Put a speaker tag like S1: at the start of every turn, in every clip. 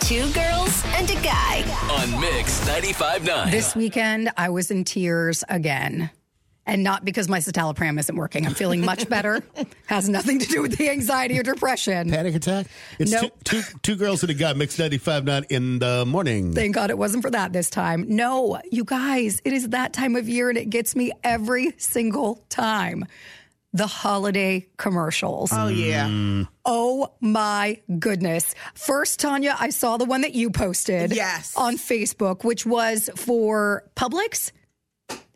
S1: Two girls and a guy.
S2: on Mix 95.9.
S3: This weekend, I was in tears again. And not because my citalopram isn't working. I'm feeling much better. Has nothing to do with the anxiety or depression.
S4: Panic attack? It's
S3: Nope.
S4: two, two, two girls and a guy, mixed 95.9 in the morning.
S3: Thank God it wasn't for that this time. No, you guys, it is that time of year and it gets me every single time. The holiday commercials.
S5: Oh yeah.
S3: Oh my goodness. First, Tanya, I saw the one that you posted.
S5: Yes.
S3: On Facebook, which was for Publix.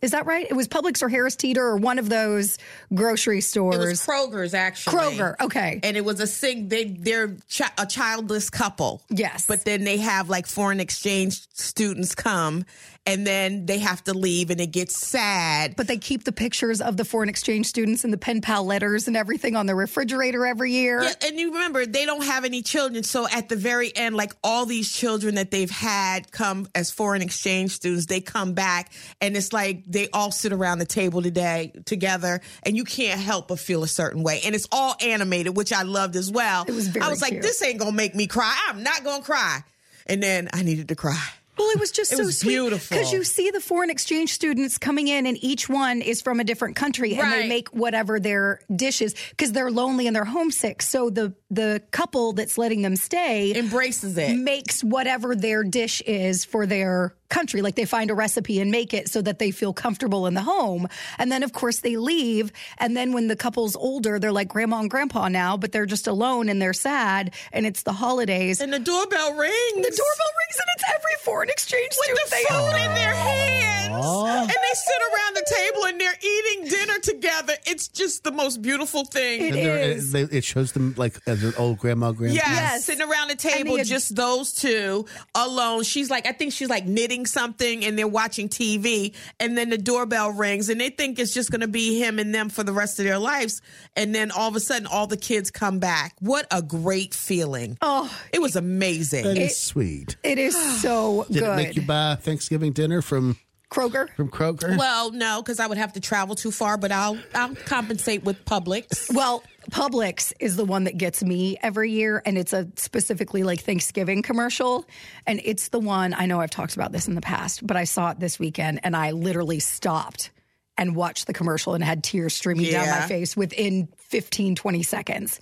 S3: Is that right? It was Publix or Harris Teeter or one of those grocery
S5: It was
S3: stores.
S5: Kroger's actually.
S3: Kroger. Okay.
S5: And it was a sing. They they're chi- a childless couple.
S3: Yes.
S5: But then they have like foreign exchange students come, and then they have to leave, and it gets sad.
S3: but they keep the pictures of the foreign exchange students and the pen pal letters and everything on the refrigerator every year.
S5: Yeah, and you remember they don't have any children, so at the very end, like all these children that they've had come as foreign exchange students, they come back, and it's like they all sit around the table today together, and you can't help but feel a certain way, and it's all animated, which I loved as well. It
S3: was
S5: I
S3: very
S5: was like,
S3: cute.
S5: this ain't gonna make me cry. I'm not gonna cry, and then I needed to cry.
S3: Well, it was just
S5: It
S3: so
S5: was beautiful.
S3: because you see the foreign exchange students coming in, and each one is from a different country, and they
S5: Right.
S3: make whatever their dishes because they're lonely and they're homesick. So the the couple that's letting them stay
S5: Embraces it.
S3: makes whatever their dish is for their country. Like they find a recipe and make it so that they feel comfortable in the home. And then, of course, they leave. And then when the couple's older, they're like grandma and grandpa now, but they're just alone and they're sad, and it's the holidays.
S5: And the doorbell rings.
S3: the doorbell rings and it's every foreign exchange
S5: with
S3: student
S5: the
S3: they
S5: food
S3: own.
S5: in their hands.
S4: Aw.
S5: And they sit around the table and they're eating dinner together. It's just the most beautiful thing.
S3: It
S4: And they're-
S3: is.
S4: They, it shows them like as an old grandma, grandpa.
S5: Yes,
S3: Yes.
S5: sitting around the table,
S3: the-
S5: just those two alone. She's like, I think she's like knitting something, and they're watching TV. And then the doorbell rings, and they think it's just going to be him and them for the rest of their lives. And then all of a sudden, all the kids come back. What a great feeling! Oh, it was amazing.
S4: That is sweet.
S3: It is so
S4: Did
S3: good.
S4: it make you buy Thanksgiving dinner from,
S3: Kroger.
S4: from Kroger?
S5: well, no, because I would have to travel too far, but I'll I'll compensate with Publix.
S3: Well, Publix is the one that gets me every year, and it's a specifically like Thanksgiving commercial. And it's the one I know I've talked about this in the past, but I saw it this weekend and I literally stopped and watched the commercial and had tears streaming down my
S5: Yeah.
S3: face within 15, 20 seconds.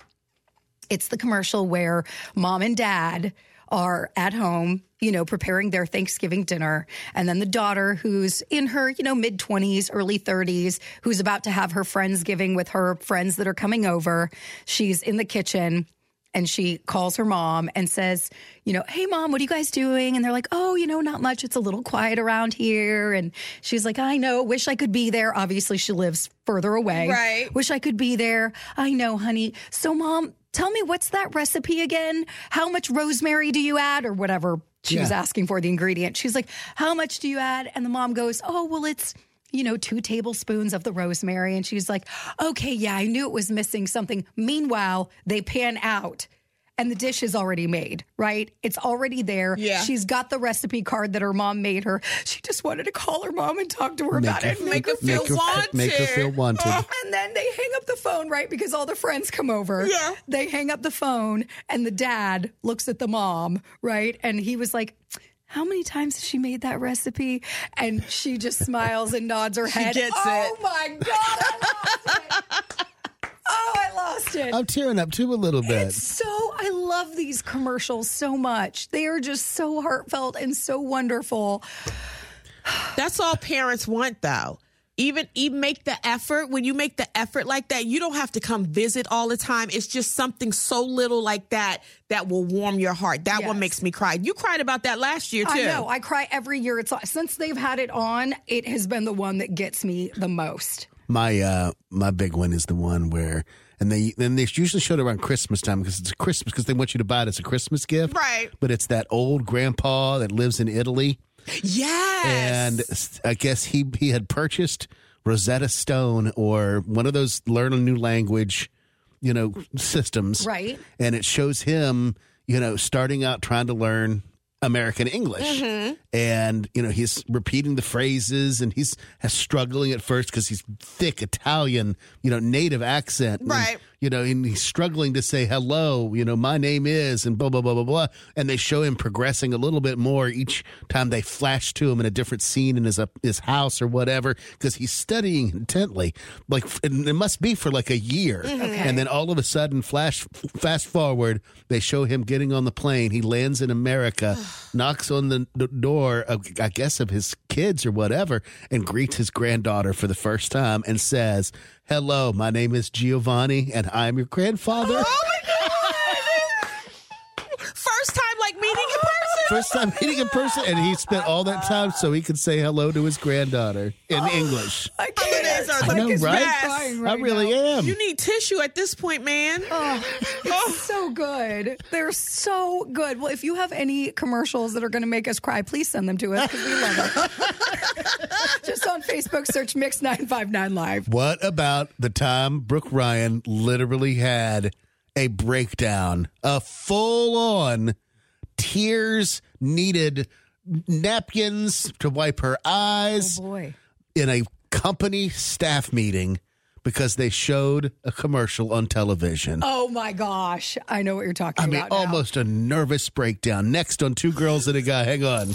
S3: It's the commercial where mom and dad are at home, you know, preparing their Thanksgiving dinner. And then the daughter, who's in her, you know, mid 20s, early 30s, who's about to have her friends giving with her friends that are coming over, she's in the kitchen and she calls her mom and says, you know, hey mom, what are you guys doing? And they're like, oh, you know, not much. It's a little quiet around here. And she's like, I know, wish I could be there. Obviously, she lives further away.
S5: Right.
S3: Wish I could be there. I know, honey. So, mom, tell me what's that recipe again? How much rosemary do you add or whatever she was
S4: Yeah.
S3: asking for the ingredient? She's like, how much do you add? And the mom goes, oh, well, it's. You know, two tablespoons of the rosemary. And she's like, okay, yeah, I knew it was missing something. Meanwhile, they pan out and the dish is already made, right? It's already there.
S5: Yeah.
S3: She's got the recipe card that her mom made her. She just wanted to call her mom and talk to her about
S4: her
S3: it. and
S4: feel-
S5: Make her feel
S4: Make her
S5: wanted.
S4: feel wanted.
S3: and then they hang up the phone, right? Because all the friends come over.
S5: Yeah.
S3: They hang up the phone, and the dad looks at the mom, right? And he was like, how many times has she made that recipe? And she just smiles and nods her head.
S5: gets
S3: oh
S5: it.
S3: my God, I lost it. Oh, I lost it.
S4: I'm tearing up too a little bit.
S3: It's so I love these commercials so much. They are just so heartfelt and so wonderful.
S5: That's all parents want, though. Even even make the effort. When you make the effort like that, you don't have to come visit all the time. It's just something so little like that that will warm your heart. That
S3: Yes.
S5: one makes me cry. You cried about that last year too.
S3: I know. I cry every year. It's since they've had it on, it has been the one that gets me the most.
S4: My uh, my big one is the one where, and they then they usually show it around Christmas time because it's a Christmas because they want you to buy it as a Christmas gift,
S5: Right.
S4: But it's that old grandpa that lives in Italy,
S5: yes.
S4: and s- I guess he he had purchased Rosetta Stone or one of those learn a new language, you know, systems,
S3: Right.
S4: And it shows him, you know, starting out trying to learn American English,
S5: Mm-hmm.
S4: and you know he's repeating the phrases and he's struggling at first because he's thick Italian, you know, native accent, and,
S5: Right.
S4: you you know, and he's struggling to say hello, you know, my name is, and blah, blah, blah, blah, blah. And they show him progressing a little bit more each time they flash to him in a different scene in his, uh, his house or whatever, because he's studying intently. Like, f- and it must be for like a year. And then all of a sudden, flash, f- fast forward, they show him getting on the plane. He lands in America, knocks on the d- door, of, I guess, of his kids or whatever, and greets his granddaughter for the first time and says, Hello, my name is Giovanni, and I'm your grandfather.
S5: First time like meeting in person.
S4: First time meeting in person, and he spent all that time so he could say hello to his granddaughter in English.
S3: I
S5: Holidays are
S4: I
S5: like
S4: know,
S5: it's
S4: right?
S5: best.
S4: I really am.
S5: You need tissue at this point, man.
S3: so good. They're so good. Well, if you have any commercials that are going to make us cry, please send them to us because we love it. Just on Facebook, search Mix 959 Live.
S4: What about the time Brooke Ryan literally had a breakdown, a full on tears needed napkins to wipe her eyes
S3: Boy.
S4: in a company staff meeting because they showed a commercial on television?
S3: Oh my gosh. I know what you're talking
S4: I mean,
S3: about. now.
S4: almost a nervous breakdown. Next on Two Girls and a Guy. Hang on.